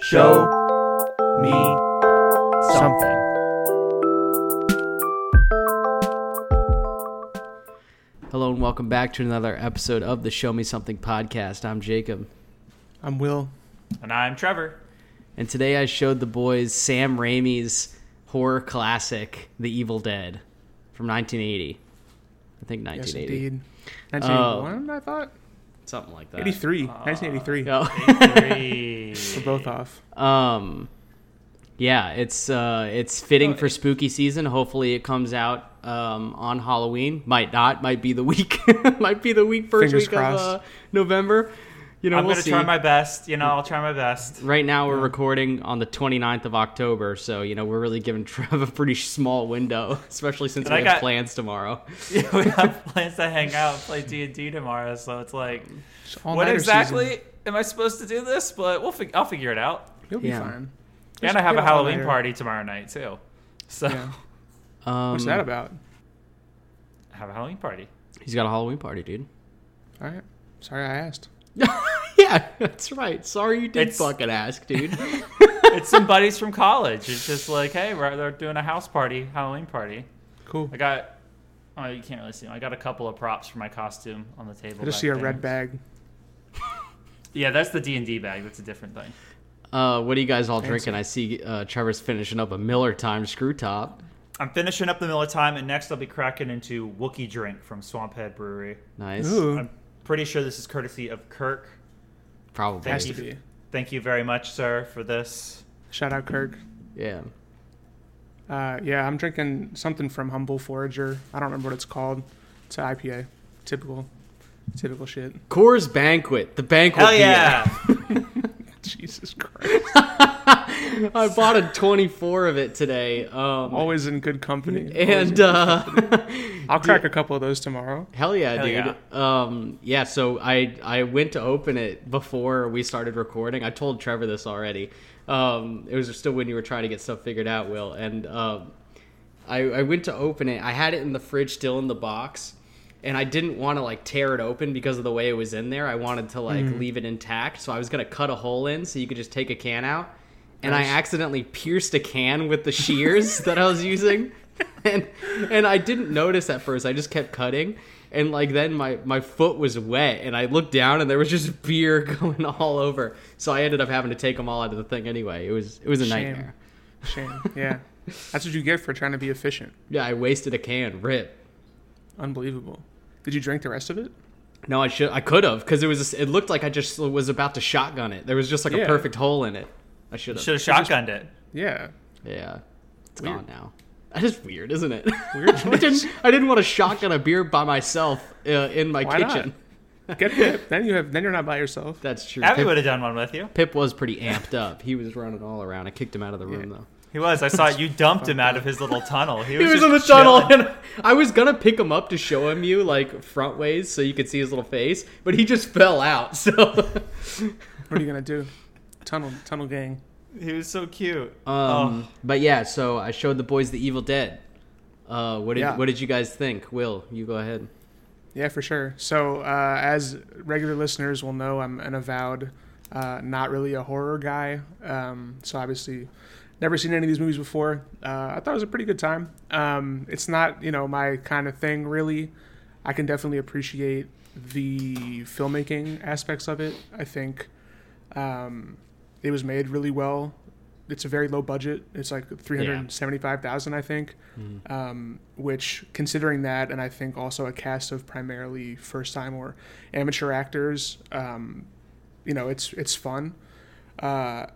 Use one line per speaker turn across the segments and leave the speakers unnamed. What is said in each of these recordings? Show me something.
Hello and welcome back to another episode of the Show Me Something podcast. I'm Jacob,
I'm Will.
And I'm Trevor.
and today I showed the boys Sam Raimi's horror classic, The Evil Dead, from 1980. I think
Yes,
1980,
indeed.
Oh.
1981, I thought.
something like that.
83. 1983.
Uh, Yeah.
We're both off.
um, yeah, it's uh, it's fitting
Oh,
for spooky season. Hopefully, it comes out um, on Halloween. Might not. Might be the week. might be the week first
Fingers
week of
crossed.
uh, November. You know,
I'm
we'll
gonna
see.
try my best. You know, I'll try my best.
Right now, we're recording on the 29th of October, so you know we're really giving Trev a pretty small window, especially since
And
we
I
have
got-
plans tomorrow.
we have plans to hang out, play D and D tomorrow. So it's like,
It's all
what
nighter
exactly
season.
am I supposed to do this? But we'll, fig- I'll figure it out.
You'll be
Yeah. Um,
fine.
and I have
get
a
an
Halloween
all-nighter.
party tomorrow night too. So
Yeah.
Um,
What's that about?
I have a Halloween party.
He's got a Halloween party, dude.
All right. Sorry, I asked.
yeah, that's right. Sorry you did
It's-
fucking ask, dude.
it's some buddies from college. It's just like, hey, we're they're doing a house party, Halloween party.
Cool.
I got. Oh, you can't really see. 'em. I got a couple of props for my costume on the table.
I just
back
see a
there.
red bag.
Yeah, that's the D and D bag. That's a different thing.
Uh, what are you guys all
Fancy.
drinking? I see uh, Trevor's finishing up a Miller Time screw top.
I'm finishing up the mill of time, and next I'll be cracking into Wookie drink from Swamphead Brewery.
Nice,
Ooh.
I'm pretty sure this is courtesy of Kirk.
probably.
has
you.
to be.
Thank you very much, sir, for this.
Shout out, Kirk.
Yeah,
Uh, yeah, I'm drinking something from Humble Forager. I don't remember what it's called. It's an IPA. Typical. Typical shit.
Coors Banquet, the banquet.
Hell
beer.
yeah!
Jesus Christ.
I bought a 24 of it today. Um,
Oh,
Always in good company.
and uh,
I'll crack a couple of those tomorrow.
Hell yeah,
Hell
dude. Um, yeah, so I I went to open it before we started recording. I told Trevor this already. Um, it was still when you were trying to get stuff figured out, Will. And um, I, I went to open it. I had it in the fridge, still in the box, and I didn't want to like tear it open because of the way it was in there. I wanted to like leave it intact, so I was gonna cut a hole in so you could just take a can out. And I accidentally pierced a can with the shears that I was using, and and I didn't notice at first. I just kept cutting, and like then my my foot was wet, and I looked down and there was just beer going all over. So I ended up having to take them all out of the thing anyway. It was it was a
Shame.
nightmare.
Shame. Yeah. That's what you get for trying to be efficient.
Yeah, I wasted a can. Rip.
Unbelievable. Did you drink the rest of it?
No, I should. I could have because it was. It looked like I just was about to shotgun it. There was just like a
Yeah.
perfect hole in it. I should have.
Should have shotgunned it.
Yeah.
Yeah, it's
Weird.
gone now. That is weird, isn't it?
Weird.
I didn't. I didn't want to shotgun a beer by myself uh, in my
Why not?
kitchen.
Get Pip. then you have then you're not by yourself.
That's true.
Abby
Pip,
would have done one with you.
Pip was pretty amped up. He was running all around. I kicked him out of the room
Yeah.
though.
He was. I saw it. You dumped him out of his little tunnel. He was,
He was
just
in the tunnel,
chilling.
and I was gonna pick him up to show him you like front ways so you could see his little face, but he just fell out. So.
What are you gonna do? Tunnel tunnel gang.
He was so cute.
Um,
oh,
But yeah, so I showed the boys The Evil Dead. Uh, what did
Yeah.
what did you guys think? Will you go ahead?
Yeah, for sure. So uh, as regular listeners will know, I'm an avowed, uh, not really a horror guy. Um, so obviously, never seen any of these movies before. Uh, I thought it was a pretty good time. Um, it's not you know my kind of thing really. I can definitely appreciate the filmmaking aspects of it. I think um, it was made really well. It's a very low budget. It's like three hundred seventy-five thousand, I think. Um, which, considering that, and I think also a cast of primarily first-time or amateur actors, um, you know, it's it's fun. Uh,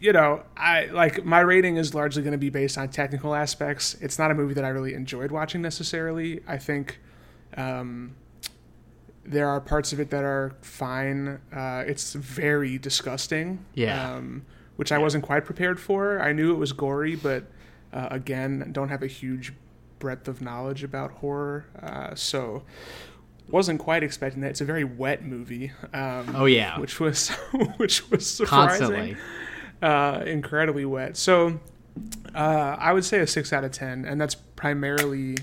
you know, I like my rating is largely going to be based on technical aspects. It's not a movie that I really enjoyed watching necessarily. I think um, there are parts of it that are fine. Uh, it's very disgusting.
Yeah.
Um, which I wasn't quite prepared for. I knew it was gory, but uh, again, don't have a huge breadth of knowledge about horror, uh, so wasn't quite expecting that. It's a very wet movie. Um,
Oh, yeah.
which was which was surprising
Constantly,
uh, incredibly wet. So uh, I would say a six out of ten, and that's primarily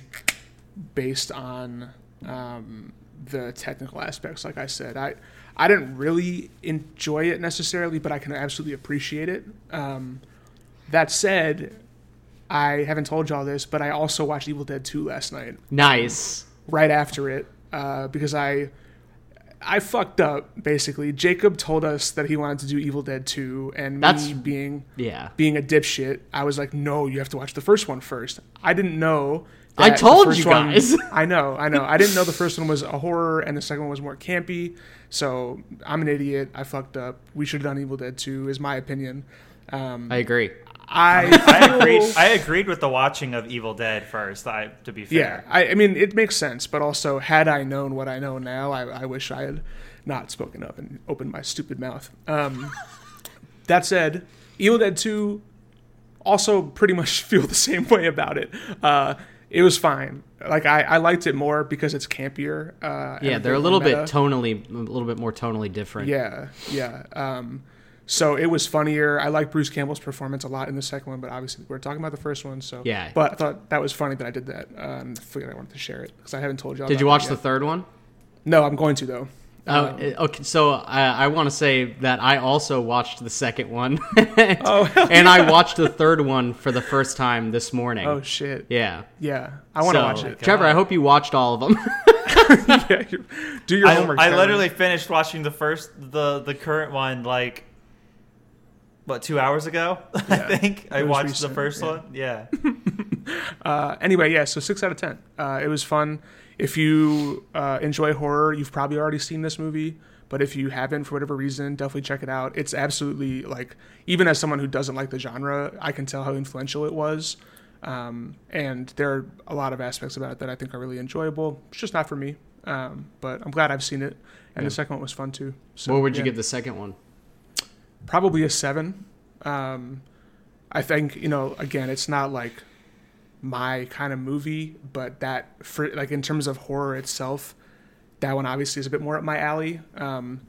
based on um, the technical aspects. Like I said, I I didn't really enjoy it necessarily, but I can absolutely appreciate it. Um, that said, I haven't told y'all this, but I also watched Evil Dead Two last night,
Nice.
right after it, uh, because I I fucked up basically. Jacob told us that he wanted to do Evil Dead Two, and
That's-
me being
Yeah.
being a dipshit, I was like, no, you have to watch the first one first. I didn't know.
I
that the
told
first
you
one-
guys.
I know, I know. I didn't know the first one was a horror and the second one was more campy. So I'm an idiot. I fucked up. We should have done Evil Dead 2, is my opinion. Um,
I agree.
I,
I agreed.
feel-
I agreed with the watching of Evil Dead first. I, to be
yeah,
fair,
I, I mean, it makes sense. But also, had I known what I know now, I, I wish I had not spoken up and opened my stupid mouth. Um, that said, Evil Dead 2 also pretty much feel the same way about it. Uh, it was fine. Like I, I liked it more because it's campier. Uh, and
Yeah, they're a
more
little
meta.
bit tonally, a little bit more tonally different.
Yeah, yeah. Um, so it was funnier. I like Bruce Campbell's performance a lot in the second one, but obviously we're talking about the first one. So
Yeah.
But I thought that was funny that I did that. Uh, and I figured I wanted to share it because I haven't told y'all.
Did you
about
watch
it
the
yet.
third one?
no, I'm going to though.
Oh, eh, okay. So I, I want to say that I also watched the second one, and,
Oh, hell
I watched the third one for the first time this morning.
Oh shit. Yeah,
yeah.
I want to
So,
watch it.
Trevor, I hope you watched all of them.
yeah, you- do your
I,
homework.
I
Tyler.
literally finished watching the first, the the current one, like what two hours ago? I think I
It was
watched
recent,
the first
yeah.
one. Yeah,
Uh, anyway, yeah. So six out of ten. Uh, it was fun. If you uh, enjoy horror, you've probably already seen this movie. But if you haven't, for whatever reason, definitely check it out. It's absolutely like, even as someone who doesn't like the genre, I can tell how influential it was. Um, and there are a lot of aspects about it that I think are really enjoyable. It's just not for me. Um, but I'm glad I've seen it. And the second one was fun too. So,
what would you
yeah
give the second one?
probably a seven. Um, I think you know. Again, it's not like my kind of movie, but that for like in terms of horror itself, that one obviously is a bit more up my alley. Um,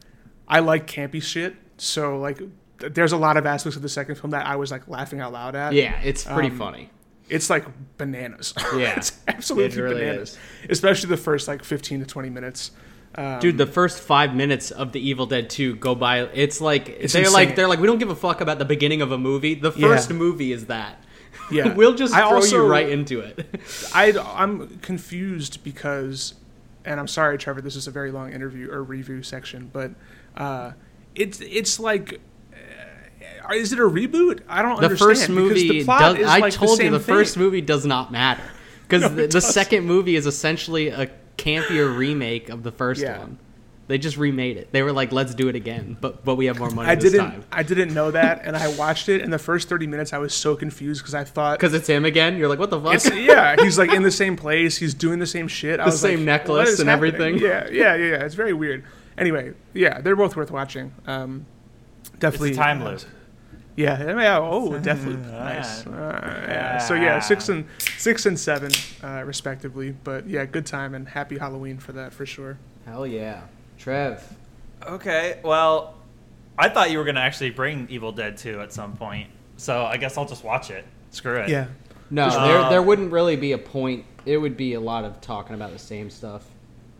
I like campy shit, so like th- there's a lot of aspects of the second film that I was like laughing out loud at.
Yeah, it's pretty
Um,
funny.
it's like bananas.
Yeah.
it's absolutely
It really
bananas,
is.
especially the first like 15 to 20 minutes. Um,
Dude, the first five minutes of The Evil Dead 2 go by. It's like they're
insane.
like they're like we don't give a fuck about the beginning of a movie. The
Yeah.
first movie is that.
yeah,
we'll just
I
throw
also-
you right into it.
I, I'm confused because, and I'm sorry, Trevor, this is a very long interview or review section, but uh, it's it's like, uh, is it a reboot? I don't
the
understand.
first
because
movie
the plot
does,
is
I
like
told
the
you
same
the first
thing.
movie does not matter because the, the
doesn't.
second movie is essentially a campier remake of the first
Yeah.
one. They just remade it. They were like, "Let's do it again," but but we have more money
I
this
didn't.
time
I didn't know that, and I watched it. And the first thirty minutes, I was so confused because I thought,
because it's him again. You're like, "What the fuck?"
it's, yeah, he's like in the same place. He's doing the same shit. I
The
was
same
like,
necklace
what is
and
happening?
everything.
Yeah, yeah, yeah, yeah. It's very weird. Anyway, yeah, they're both worth watching. Um,
it's
definitely
a time
uh,
loop.
Yeah. yeah, yeah, Oh, Deathloop. Nice. Uh, yeah. So yeah, six and six and seven, uh, respectively. But yeah, good time and happy Halloween for that for sure.
Hell yeah, Trev.
Okay, well, I thought you were gonna actually bring Evil Dead 2 at some point, so I guess I'll just watch it. Screw it.
Yeah.
No,
Uh,
there there wouldn't really be a point. It would be a lot of talking about the same stuff.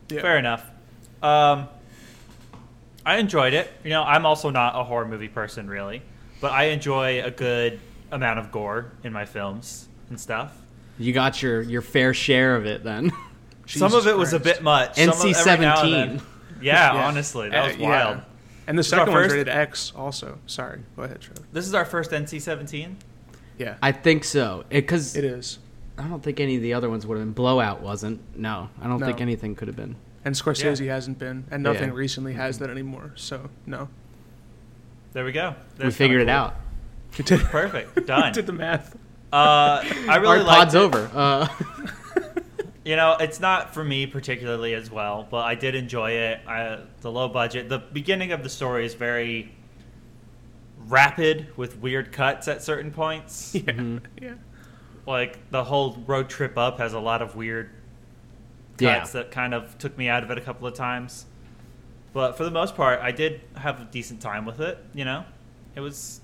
Yeah.
Fair enough. Um, I enjoyed it. You know, I'm also not a horror movie person, really, but I enjoy a good amount of gore in my films and stuff.
You got your your fair share of it then.
Jesus
Some of it was a
Christ.
bit much. Some of- every now and then-
NC-17.
Yeah,
Yeah.
honestly, that
Uh,
was
yeah.
wild.
And the
is our
second one's
first-
rated X. Also, sorry. Go ahead, Trevor.
This is our first NC-17.
Yeah.
I think so because
it is.
I don't think any of the other ones would have been. Blowout wasn't. No, I don't
No.
think anything could have been.
And Scorsese hasn't been, and nothing
Yeah.
recently has
Mm-hmm.
that anymore. So no.
There we go.
we
That's
figured it
kinda
out.
You did,
cool. Perfect. Done.
did the math.
Uh, I really
Our
liked
pod's
it.
over. Uh,
You know, it's not for me particularly as well, but I did enjoy it. I, the low budget, the beginning of the story is very rapid with weird cuts at certain points.
Yeah. Yeah.
Like the whole road trip up has a lot of weird
yeah,
cuts that kind of took me out of it a couple of times. But for the most part, I did have a decent time with it. You know, it was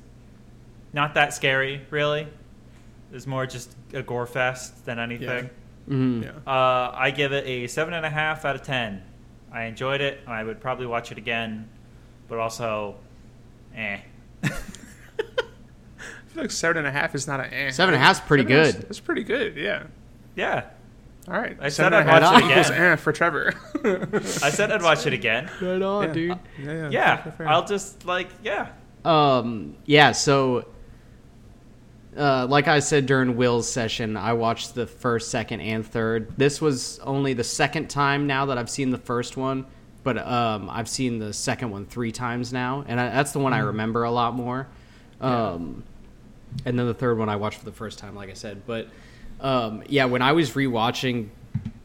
not that scary really. It was more just a gore fest than anything.
Mhm.
Yeah.
Uh, I give it a seven and a half out of ten. I enjoyed it. I would probably watch it again, but also, eh.
I feel like seven and a half is not an eh.
Seven and a half's pretty
Seven and a half's-
good.
That's pretty good. Yeah.
yeah,
All right.
I
Seven and
said
a
I'd
half
watch it
equals
again.
eh for Trevor.
I said I'd watch it again.
Right on,
Yeah.
Oh, dude.
Yeah.
Yeah,
fair, fair.
I'll just like yeah.
Um, yeah, so uh, like I said during Will's session, I watched the first, second, and third. This was only the second time now that I've seen the first one, but um, I've seen the second one three times now, and I, that's the one I remember a lot more. Um, And then the third one I watched for the first time, like I said. But um, yeah, when I was rewatching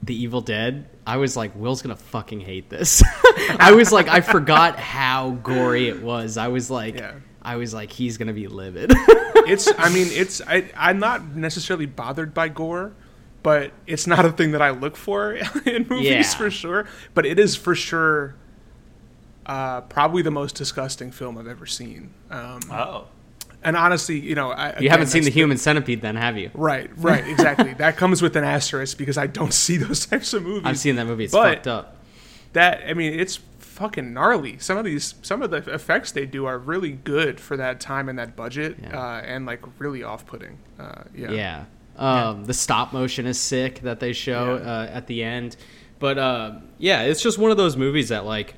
The Evil Dead, I was like, Will's gonna fucking hate this. I was like, I forgot how gory it was. I was like,
Yeah.
I was like, he's gonna be livid.
it's i mean it's I, i'm not necessarily bothered by gore but it's not a thing that i look for in movies
Yeah.
for sure but it is for sure uh, probably the most disgusting film i've ever seen um,
Oh,
and honestly you know I,
you haven't seen the
human.
Human Centipede, then, have you?
Right, right, exactly. that comes with an asterisk because I don't see those types of movies.
I've seen that movie. It's
But-
fucked up.
that. I mean, it's fucking gnarly. Some of these, some of the effects they do are really good for that time and that budget,
Yeah.
uh, and like really off-putting. Uh, yeah,
Yeah. Um, The stop motion is sick that they show
Yeah.
uh, at the end. But uh, yeah, it's just one of those movies that, like,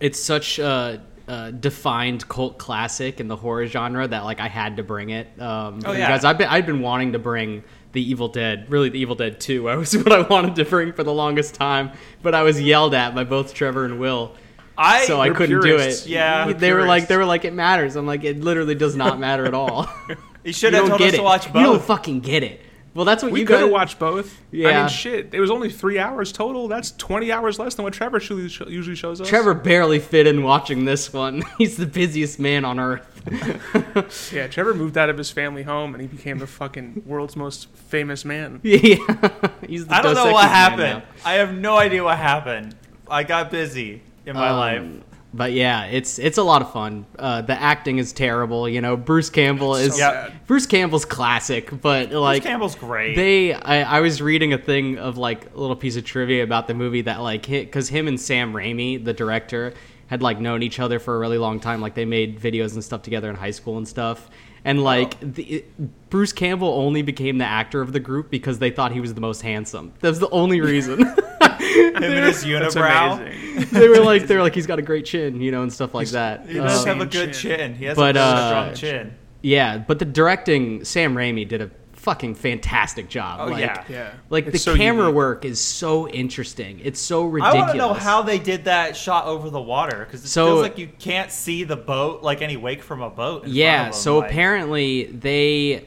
it's such a, a defined cult classic in the horror genre that, like, I had to bring it. Um,
Oh,
for you
yeah.
Guys, I've been, I've been wanting to bring The Evil Dead, really, The Evil Dead 2. I was what I wanted to bring for the longest time, but I was yelled at by both Trevor and Will.
I
so I
You're
couldn't
purists.
do it.
Yeah.
they were like,
Purists.
they were like, it matters. I'm like, it literally does not matter at all.
you
you
should have
don't
told
get
us
it.
to watch
You don't
both.
fucking get it. Well, that's what
We
you
could
got
have watched both. I
Yeah.
mean, shit. It was only three hours total. That's twenty hours less than what Trevor usually usually shows us.
Trevor barely fit in watching this one. He's the busiest man on earth.
yeah. Trevor moved out of his family home and he became the fucking world's most famous man.
yeah, he's the
I don't
Dos
know what
Equis man
happened.
now.
I have no idea what happened. I got busy in my
Um,
life.
But yeah, it's it's a lot of fun. Uh, the acting is terrible. You know, Bruce Campbell is
So
Yep.
sad.
Bruce Campbell's classic, but like
Bruce Campbell's great.
They, I, I was reading a thing of like a little piece of trivia about the movie that like because him and Sam Raimi, the director, had like known each other for a really long time. Like they made videos and stuff together in high school and stuff. And like the, it- Bruce Campbell only became the actor of the group because they thought he was the most handsome. That was the only reason.
Him and his
That's
unibrow.
amazing.
they were like, they're like, he's got a great chin, you know, and stuff like that.
He does
Um,
have a good
Chin.
chin. He has
But,
a really
uh,
strong chin.
yeah, but the directing, Sam Raimi did a fucking fantastic job.
Oh,
like,
yeah.
Yeah.
Like the
It's so
camera
unique.
work is so interesting. It's so
I
ridiculous.
want to know how they did that shot over the water because it
So-
feels like you can't see the boat, like any wake from a boat. in
Yeah.
front of 'em,
So
like-
apparently they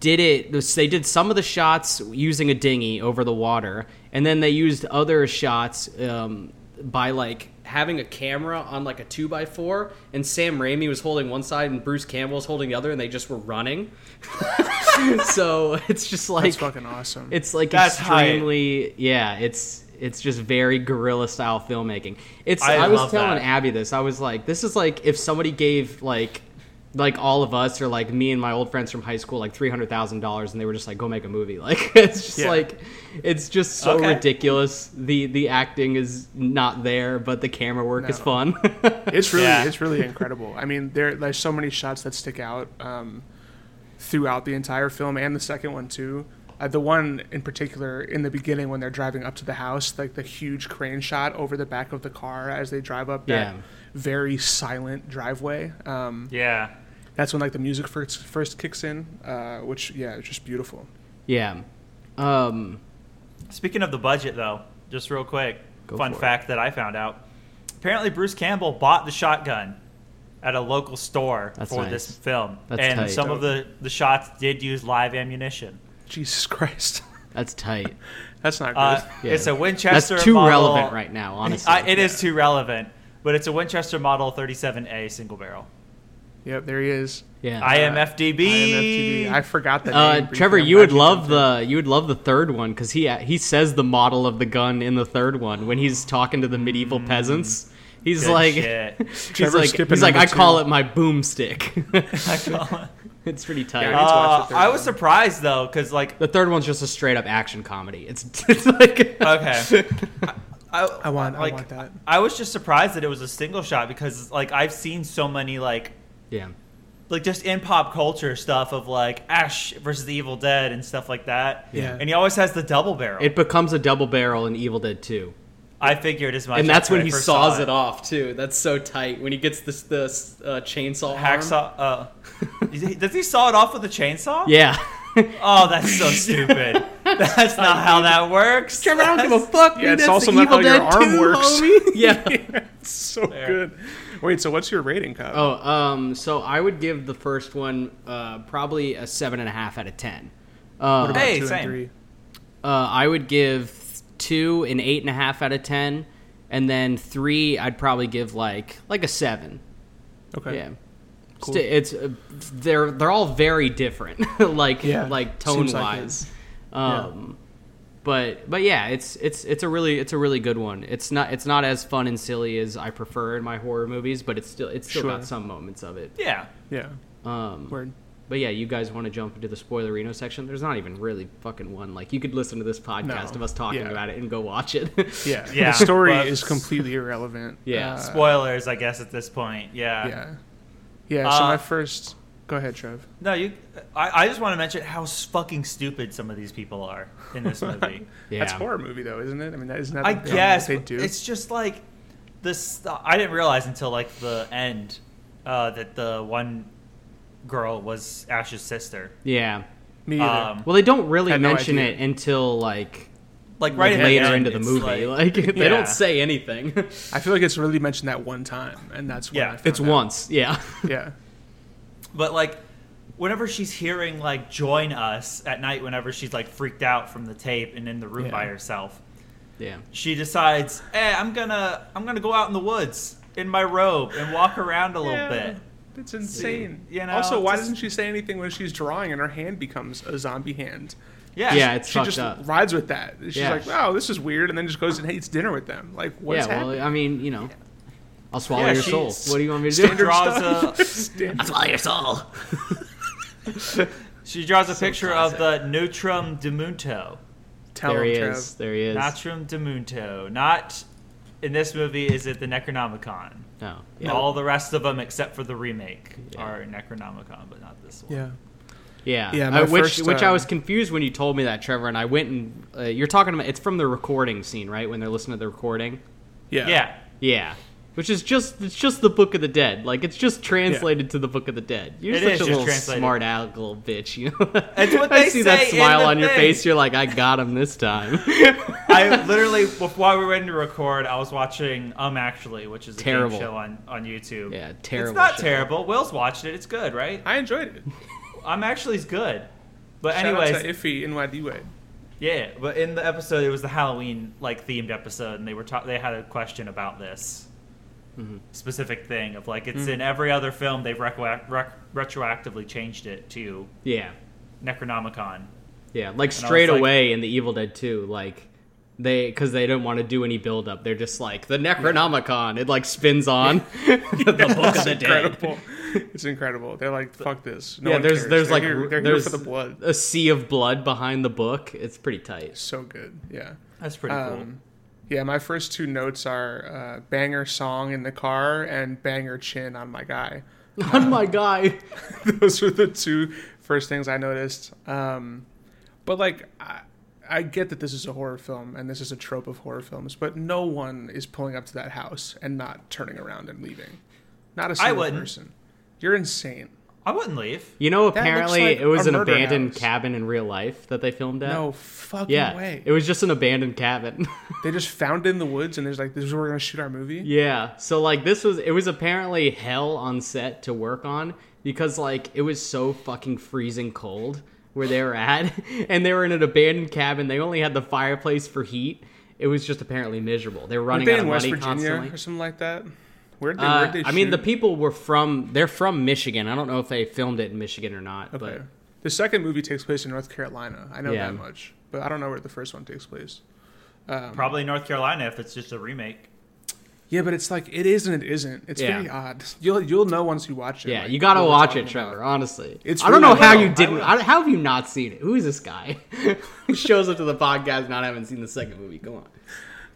did it. They did some of the shots using a dinghy over the water, and then they used other shots um, by like having a camera on like a two by four, and Sam Raimi was holding one side and Bruce Campbell was holding the other, and they just were running. so it's just like
That's fucking awesome.
It's like
That's hype.
extremely yeah, it's it's just very guerrilla style filmmaking. It's I,
I
was
love
telling
that.
Abby this. I was like, this is like if somebody gave like like all of us or like me and my old friends from high school like three hundred thousand dollars and they were just like go make a movie. Like it's just
Yeah.
like it's just so
Okay.
ridiculous. The the acting is not there, but the camera work is
No.
fun.
It's really
Yeah.
it's really incredible. I mean, there there's so many shots that stick out um, throughout the entire film and the second one too. Uh, the one in particular in the beginning when they're driving up to the house, like the huge crane shot over the back of the car as they drive up that
Yeah.
very silent driveway. Um,
yeah,
that's when like the music first first kicks in, uh, which yeah, it's just beautiful.
yeah. Um
Speaking of the budget, though, just real quick,
Go
fun
for it.
fact that I found out. Apparently, Bruce Campbell bought the shotgun at a local store
That's
for
nice.
this film,
That's
and
tight.
some of the the shots did use live ammunition.
Jesus Christ,
that's tight.
that's not good.
Uh,
Yeah.
It's a Winchester.
That's too
model-
relevant right now, honestly.
I, it is too relevant, but it's a Winchester Model 37A single barrel.
yep, there he is.
yeah.
IMFDB.
IMFTV. I forgot that.
Uh,
name briefly.
Trevor,
I'm
you
glad
would love
jumped in.
the you would love the third one because he he says the model of the gun in the third one when he's talking to the medieval peasants. He's
Good
like,
shit.
he's
Trevor's
like,
skipping
he's like, I
number
call
two."
it my boomstick.
I call it.
it's pretty tight.
Yeah. need to watch
Uh,
the third
I was
one.
surprised though, because like
the third one's just a straight up action comedy. It's, it's like
okay, I, I,
I want- I
like,
want that.
I was just surprised that it was a single shot because like I've seen so many like
Yeah.
like just in pop culture stuff of like Ash versus the Evil Dead and stuff like that.
Yeah.
And he always has the double barrel.
It becomes a double barrel in Evil Dead 2.
I figured as much.
and that's when
I
he
first
saws
saw
it. off, too. That's so tight. When he gets this, this uh, chainsaw. arm.
Hacksaw. Uh, is he- does he saw it off with a chainsaw?
Yeah.
Oh, that's so stupid. that's not how that works.
Trevor, I don't give a fuck.
Yeah,
dude.
it's
That's
also
the
not
Evil
how your
Dead
arm
2,
works.
homie. yeah.
It's so
Fair.
good. Wait, so what's your rating, Kyle?
Oh, um, so I would give the first one uh, probably a seven and a half out of ten. Uh,
about- Hey,
two
same.
and three.
uh, I would give two an eight and a half out of ten, and then three I'd probably give like like a seven.
Okay.
Yeah, Sti- it's uh, they're they're all very different, like
Yeah,
like tone
seems like it.
wise. um, but but yeah, it's it's it's a really it's a really good one. It's not it's not as fun and silly as I prefer in my horror movies, but it's still it's still
Sure.
got some moments of it.
Yeah.
Yeah.
Um,
Word.
But yeah, you guys want to jump into the spoilerino section? There's not even really fucking one. Like you could listen to this podcast
No.
of us talking
Yeah.
about it and go watch it.
Yeah.
Yeah,
The story
but-
is completely irrelevant.
Yeah.
Uh,
Spoilers, I guess, at this point. Yeah.
yeah. Yeah. So
Uh,
my first. Go ahead, Trev.
No, you. I, I just want to mention how s- fucking stupid some of these people are in this movie.
That's
Yeah.
horror movie though, isn't it? I mean, that is not.
I
the thing
guess
that they
but
do.
It's just like this. I didn't realize until like the end uh, that the one girl was Ash's sister.
yeah.
me either.
um,
Well, they don't really
Had no
mention
idea.
it until like,
Like right
like,
at the
later
end,
into the
it's
movie.
like-
Like, they
Yeah.
don't say anything.
I feel like it's really mentioned that one time, and that's when
Yeah.
I found
it's
out.
once. Yeah.
Yeah.
But like, whenever she's hearing like "Join Us" at night, whenever she's like freaked out from the tape and in the room
Yeah.
by herself,
yeah.
she decides, "Hey, I'm gonna I'm gonna go out in the woods in my robe and walk around a little
Yeah,
bit."
It's insane.
You know,
also, why
just-
doesn't she say anything when she's drawing and her hand becomes a zombie hand?
Yeah,
Yeah, it's
she
fucked
just
up.
rides with that. She's
Yeah.
like, "Wow, this is weird," and then just goes and eats dinner with them. Like, what's
yeah.
happening?
Well, I mean, you know, I'll swallow
Yeah,
your
she-
soul. What do you want me to
standard-
do?
draws
stuff.
a-
Standard-
I'll swallow your soul.
she draws a picture
classic.
of the Neutrum Demunto.
Tell
There
him,
he
Trev.
is. There he is.
Natrum Demunto. Not in this movie is it the Necronomicon.
No. Yeah.
All the rest of them except for the remake
Yeah.
are Necronomicon, but not this one.
Yeah.
Yeah,
Yeah,
Uh,
my
which
first,
which I
um,
was confused when you told me that, Trevor, and I went and uh, you're talking about it's from the recording scene, right? When they're listening to the recording,
Yeah.
Yeah.
yeah, which is just it's just the Book of the Dead, like it's just translated to the Book of the Dead. You're
It
such
is
a
just
little
translated.
smart aleck little bitch, you know.
It's what
I
they
see that
say in
smile
the
on your
thing.
face. You're like, I got him this time.
I literally while we were in to record, I was watching Um Actually, which is a game
Terrible.
show on, on YouTube.
Yeah, terrible
It's not
show.
terrible. Will's watched it. It's good, right?
I enjoyed it.
Um Actually's good. But
Shout out
anyways,
to Iffy and Wadiwe.
Yeah, but in the episode, it was the Halloween like themed episode, and they were ta- they had a question about this Mm-hmm. specific thing of like it's in every other film they've recua- rec- retroactively changed it to
yeah,
Necronomicon.
yeah, like straight
like-
away in the Evil Dead 2, like. They, because they don't want to do any build up. They're just like the Necronomicon. It like spins on the book of the dead.
Incredible. it's incredible. They're like, fuck this. No
yeah,
one
there's
cares.
there's
They're
like
here-
r-
they're
there's
here for the blood.
a sea of blood behind the book. It's pretty tight.
So good. Yeah.
That's pretty
Um, yeah, my first two notes are uh, banger song in the car and banger chin on my guy.
On Oh my guy.
Those were the two first things I noticed. Um, but like, I, I get that this is a horror film and this is a trope of horror films, but no one is pulling up to that house and not turning around and leaving. Not a single
wouldn't.
person. You're insane.
cool. I wouldn't leave.
You know,
looks
apparently
like
it was
a
an
murder
abandoned
house.
cabin in real life that they filmed at.
No fucking
yeah,
way.
it was just an abandoned cabin.
they just found it in the woods and there's like, this is where we're gonna shoot our movie.
yeah, so like this was it was apparently hell on set to work on because like it was so fucking freezing cold where they were at, and they were in an abandoned cabin. They only had the fireplace for heat. It was just apparently miserable. They were
Weren't
running
they
out
in
of
West
money
Virginia
constantly.
or something like that? Where'd they,
Uh,
where'd they
I mean, the
shoot?
people were from they're from Michigan. I don't know if they filmed it in Michigan or not,
Okay. The second movie takes place in North Carolina. I know
Yeah.
that much, but I don't know where the first one takes place.
Probably North Carolina if it's just a remake.
Yeah, but it's like it is and it isn't. It's
Yeah.
really odd. You'll you'll know once you watch
but
it.
yeah,
like,
you gotta
what we're
watch it,
talking about.
Trevor. Honestly,
It's
I don't
really
know how
good.
you
I
didn't.
will.
I, how have you not seen it? Who is this guy who shows up to the podcast not having seen the second movie? Come on,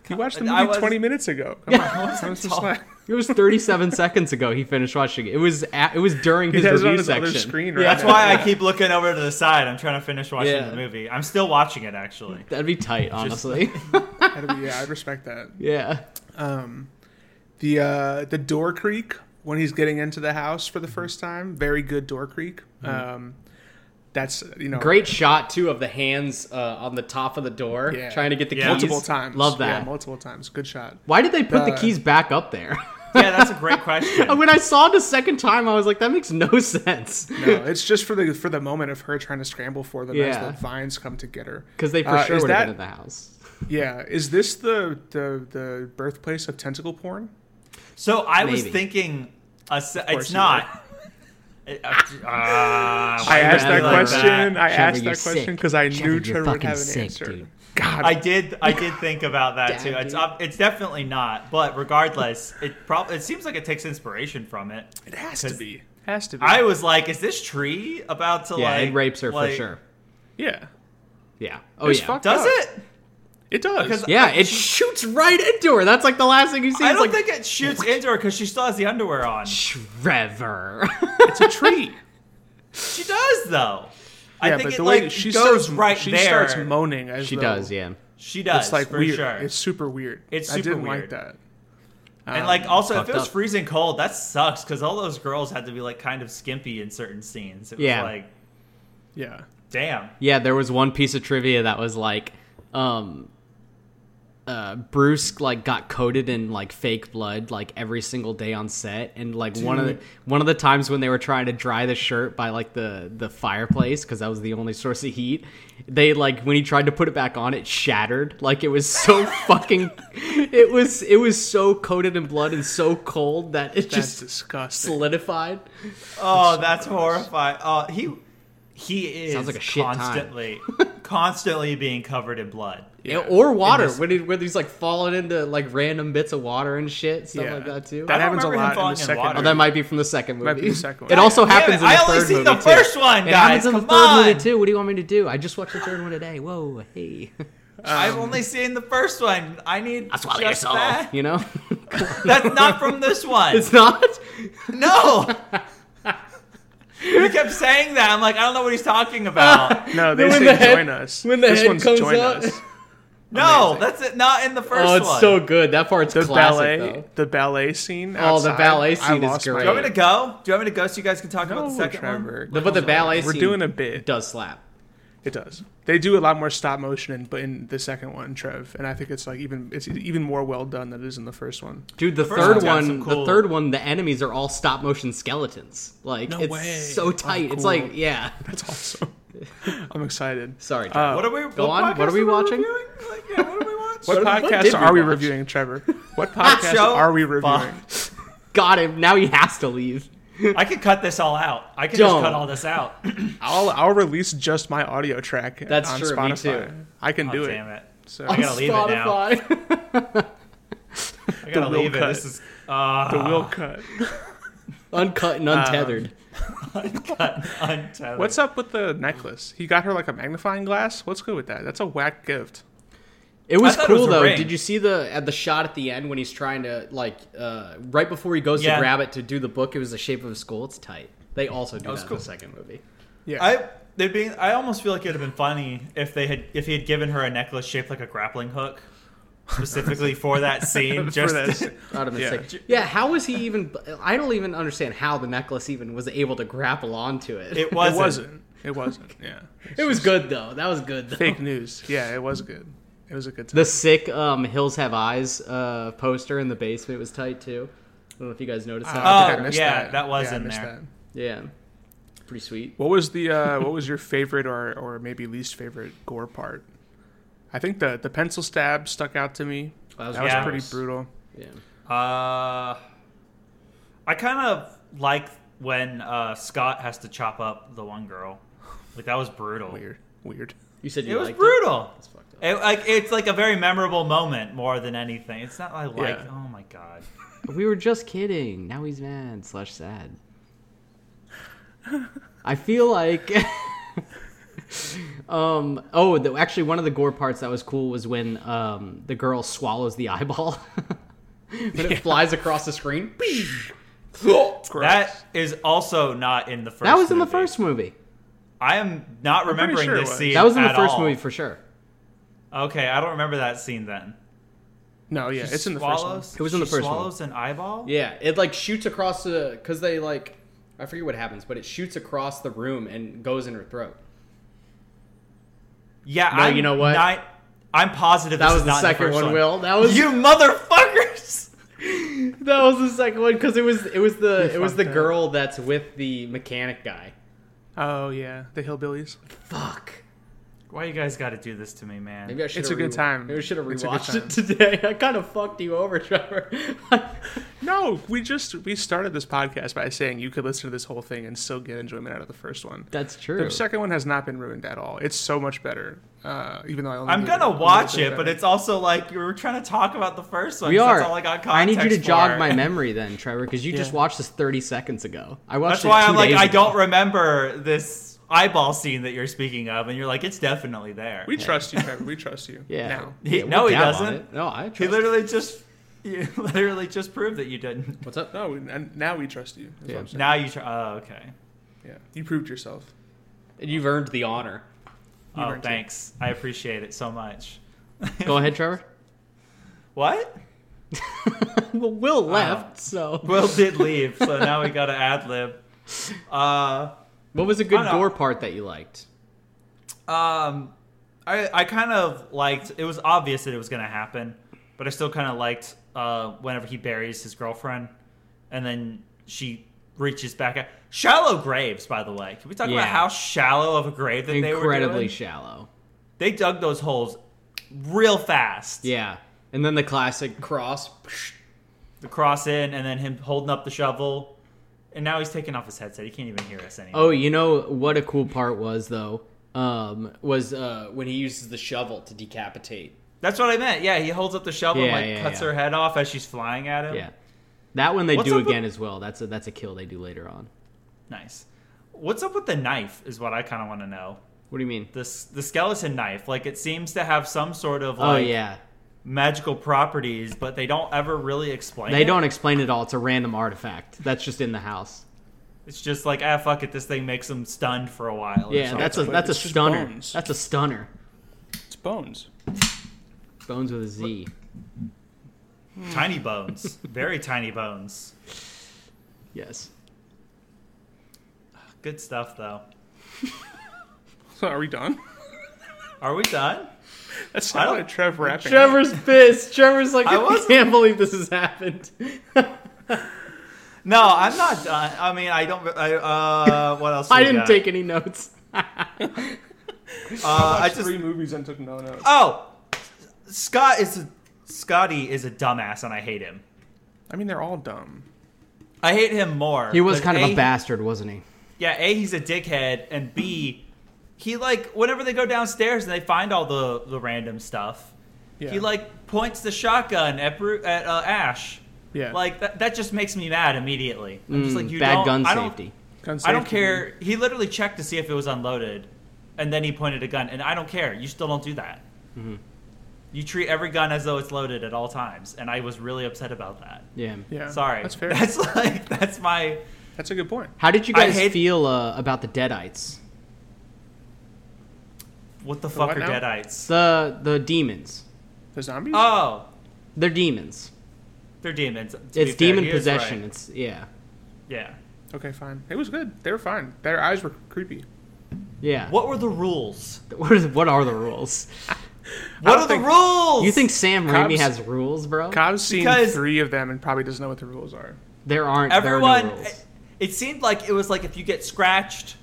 You watched the
I
movie
was-
20 minutes ago. Come on.
wasn't
How is this
talking-
like-
It was 37 seconds ago he finished watching it. It was at, it was during his
He has it on
review
his
section.
other screen right
That's
now.
why I keep looking over to the side. I'm trying to finish watching
Yeah.
the movie. I'm still watching it actually.
That'd be tight, honestly.
That'd be- yeah, I'd respect that.
yeah.
Um, the uh, the door creak when he's getting into the house for the
Mm-hmm.
first time. Very good door creak. Um, that's you know
Great shot too of the hands uh, on the top of the door
Yeah.
trying to get the
Yeah.
keys.
multiple times.
Love
Yeah,
that.
multiple times. Good shot.
Why did they put the
Uh,
keys back up there?
Yeah, that's a great question.
when I saw it the second time, I was like, that makes no sense.
No, it's just for the for the moment of her trying to scramble for them as
Yeah.
the vines come to get her.
Because they for
Uh,
sure
is
would have been in
that-
the house.
Yeah, is this the the the birthplace of tentacle porn?
So I was
Maybe.
thinking, a se- it's
course you
not. It- uh, ah, why
I
you
asked
gotta
that
be like
question.
that?
I
Trevor,
asked
you're
that question
sick.
because I
Trevor,
knew
you're
Trevor would
fucking
have an
sick,
answer.
dude.
God,
I did. I did think about that too.
Damn,
It's
dude.
up, it's definitely not. But regardless, it probably it seems like it takes inspiration from it.
it has to
'cause
be. Has to be.
I was like, is this tree about to
Yeah,
like
it rapes her
like-
for sure.
yeah,
Yeah. Oh
was
yeah.
fucked
Does
up.
it?
It does.
Because
Yeah, it shoots right into her. That's like the last thing you see.
I
It's
don't
like
think it shoots into her because she still has the underwear on.
Trevor.
it's a tree.
She does though. I
yeah,
think
but
it
the
like
way she
goes
starts
right
she
there.
starts moaning as
she
though-
does. Yeah.
she does.
It's like
for
weird.
sure.
It's super weird.
It's
I
super
didn't like
weird.
that.
And
Um,
like, also, if
fucked
it was
up.
freezing cold, that sucks because all those girls had to be like kind of skimpy in certain scenes. It was
Yeah.
like,
yeah,
damn.
Yeah. There was one piece of trivia that was like, um, uh, Bruce like got coated in like fake blood like every single day on set, and like one of the
Dude.
one of the times when they were trying to dry the shirt by like the the fireplace because that was the only source of heat. They like when he tried to put it back on, it shattered. Like it was so fucking, it was it was so coated in blood and so cold that it
that's
just
disgusting.
solidified.
Oh, that's horrifying. Oh, he he is
Sounds like a shit time.
constantly constantly being covered in blood.
Yeah, or water
this-
when, he, when he's like falling into like random bits of water and shit, stuff
Yeah.
like that too.
That
I don't
happens a
remember him
lot in the
falling in
second.
water.
oh, that might be from the second movie.
Might be the second one.
It also
Damn
happens
it,
in the
I only
third
seen
movie
the
too.
first one,
It happens
guys,
in the
come
third movie
on.
too. What do you want me to do? I just watched the third one today. Whoa, hey,
I've only seen the first one. I need
Um, I swallow your
just
soul.
that.
You know,
That's not from this one.
it's not.
No. you kept saying that. I'm like, I don't know what he's talking about.
No, they
When
say
the head-
join us.
when the
this
head
one's
comes
join
up.
us.
No,
Amazing.
that's it. Not in the first
oh, it's
one.
so good. That part's
The ballet,
classic. though.
the ballet scene.
Oh, the
outside,
ballet
I
scene is
lost
great.
Do you want me to go? Do you want me to go so you guys can talk
No,
about the second
Trevor.
The- but the ballet
We're
scene
doing a bit.
does slap.
It does. They do a lot more stop motion, in, but in the second one, Trev, and I think it's like even it's even more well done than it is in the first one.
Dude, the,
first
third
one's got
one,
some
the
cool-
third one, the enemies are all stop motion skeletons. Like
No
it's
way.
so tight.
Oh,
It's
cool.
like yeah.
That's awesome. I'm excited.
Sorry, John.
Uh,
one? What are we?
Go on, what
podcast
are we watching?
reviewing? Like, yeah, what are we watching?
What
What
podcast
did we
are we
watch?
reviewing, Trevor? What podcast
show?
are we
Fuck.
reviewing?
got him. Now he has to leave.
I could cut this all out. I could
Don't.
just cut all this out.
I'll I'll release just my audio track
That's
on
true, me
Spotify.
too.
I can
Oh,
do
damn
it.
it.
So
I gotta leave it now. I gotta
The will
leave it.
cut.
This is uh,
the will cut.
Uncut and untethered.
uncut, untethered.
What's up with the necklace? He got her like a magnifying glass. What's good with that? That's a whack gift.
it was
thought it
cool
was a
though.
ring.
Did you see the at the shot at the end when he's trying to like uh, right before he goes
Yeah.
to grab it to do the book? It was the shape of a skull. It's tight. They also do that,
was
in
cool.
the second movie.
Yeah,
I they'd be. I almost feel like it'd have been funny if they had if he had given her a necklace shaped like a grappling hook, specifically for that scene.
For
just
this.
Not a
Yeah.
mistake. Yeah. how was he even? I don't even understand how the necklace even was able to grapple onto it.
it
It,
it
wasn't.
wasn't. It wasn't. Yeah,
was good though. That was good. Though.
fake news. Yeah, it was good. It was a good time.
The sick um, "Hills Have Eyes" uh, poster in the basement was tight too. I don't know if you guys noticed that.
I think I
Oh,
missed
yeah, that was
I
in
missed
there.
yeah, pretty sweet.
What was the uh, what was your favorite or or maybe least favorite gore part? I think the the pencil stab stuck out to me.
That was
That was
Yeah.
pretty brutal.
Yeah.
Uh, I kind of like when uh, Scott has to chop up the one girl. Like that was brutal.
Weird, weird.
You said you
It was
liked
brutal.
That's fucked up.
It, like it's like a very memorable moment more than anything. It's not like, like
Yeah.
oh my god.
We were just kidding. Now he's mad slash sad. I feel like Um, oh, the, actually, one of the gore parts that was cool was when um, the girl swallows the eyeball when it flies across the screen.
That is also not in the first.
that was in the
movie.
first movie.
I am not
pretty
remembering
sure it
this
was.
scene.
That was in the
at
first
all.
movie for sure.
Okay, I don't remember that scene then.
No, yeah,
She
it's in the
swallows,
first
It was in the
she
first one.
swallows an eyeball.
Yeah, it like shoots across the because they like I forget what happens, but it shoots across the room and goes in her throat.
Yeah,
No,
I'm
you know what?
Not, I'm positive
That
this
was
is
the
not in
second
first
one, Will. That was
You motherfuckers!
that was the second one because it was it was the
You
it was the
fucked up.
girl that's with the mechanic guy.
one. Oh yeah, the hillbillies.
Fuck.
Why you guys got to do this to me, man?
Maybe I should.
a good time.
Maybe I should have
It's a good
rewatched it today. I kind of fucked you over, Trevor.
No, we just we started this podcast by saying you could listen to this whole thing and still get enjoyment out of the first one.
that's true.
The second one has not been ruined at all. It's so much better. Uh, even though I only
I'm
gave
gonna
a little
watch
bit
it, but
better.
it's also like you were trying to talk about the first one.
we
'cause
are.
That's all I got
I need you to
context
jog
for.
my memory then, Trevor, because you just
Yeah.
watched this 30 seconds ago. I watched.
That's why
it 2
I'm like
days
I
ago.
don't remember this eyeball scene that you're speaking of, and you're like it's definitely there.
we trust you, Trevor. We trust you.
Yeah.
Now.
He-
Yeah, we're
no, he
down on
doesn't.
it. No, I. Trust
he literally just, you literally just proved that you didn't.
What's up?
No, we, and now we trust you. is what
Yeah.
I'm saying.
Now you try. Oh, okay.
yeah. You proved yourself.
You've earned the honor.
You
oh,
earned it.
thanks. I appreciate it so much.
Go ahead, Trevor.
What?
well, Will left, so
Will did leave, so now we got to ad lib. Uh,
what was a
I
good
don't know.
gore part that you liked?
um, I I kind of liked. It was obvious that it was gonna happen, but I still kind of liked uh whenever he buries his girlfriend, and then she reaches back out. Shallow graves, by the way. Can we talk
Yeah.
about how shallow of a grave that they were
Incredibly
doing?
shallow.
they dug those holes real fast.
Yeah, and then the classic cross.
the cross in and then him holding up the shovel. And now he's taking off his headset. He can't even hear us anymore.
Oh, you know what a cool part was though. Um, was uh, when he uses the shovel to decapitate.
That's what I meant. Yeah, he holds up the shovel
Yeah,
and like
yeah,
cuts
yeah.
her head off as she's flying at him.
Yeah, that one they
What's
do
up with-
again as well. That's a that's a kill they do later on.
Nice. What's up with the knife is what I kind of want to know.
What do you mean?
This the skeleton knife, like it seems to have some sort of
oh
like
yeah,
magical properties, but they don't ever really explain.
they
it.
don't explain it all. It's a random artifact that's just in the house.
It's just like ah fuck it, this thing makes them stunned for a while. or
Yeah,
something.
that's a
but
that's a
it's just
stunner.
bones.
That's a stunner.
It's bones.
Bones with a Z.
tiny bones, very tiny bones.
Yes.
Good stuff though.
So are we done?
Are we done?
That's
I
not
don't-
what Trev rapping.
Trevor's pissed. Trevor's like,
I
I,
wasn't-
can't believe this has happened.
No, I'm not done. I mean, I don't. I, uh, what else?
I
we
didn't
got?
take any notes.
Uh, I
watched
just.
three movies and took no notes.
Oh, Scott is a, Scotty is a dumbass, and I hate him.
I mean, they're all dumb.
I hate him more.
He was
'cause
kind of a
A,
bastard, wasn't he?
Yeah, a he's a dickhead, and b he like whenever they go downstairs and they find all the the random stuff,
Yeah.
he like points the shotgun at Bru- at uh, Ash.
Yeah.
Like that, that just makes me mad immediately. I'm just
Mm,
like you
bad
don't,
gun
I don't-
safety.
Gun
I don't
safety.
care. He literally checked to see if it was unloaded, and then he pointed a gun. And I don't care. You still don't do that.
Mm-hmm.
You treat every gun as though it's loaded at all times, and I was really upset about that.
Yeah.
Yeah.
Sorry.
That's fair.
That's like that's my.
That's a good point.
How did you
I
guys
hate-
feel uh, about the Deadites?
What the fuck
what
are
now?
deadites?
The the demons.
The zombies?
Oh,
They're demons.
they're demons. to be
It's
fair.
demon
He is
possession.
right.
It's yeah,
Yeah.
okay, fine. It was good. They were fine. Their eyes were creepy.
yeah.
What were the rules?
what, is, what are the rules?
What
don't
are the
think-
rules?
You think Sam Raimi
Cops-
has rules, bro?
Cobb's seen
Because-
three of them and probably doesn't know what the rules are.
There aren't.
everyone? eh,
there are no rules.
it, it seemed like it was like if you get scratched,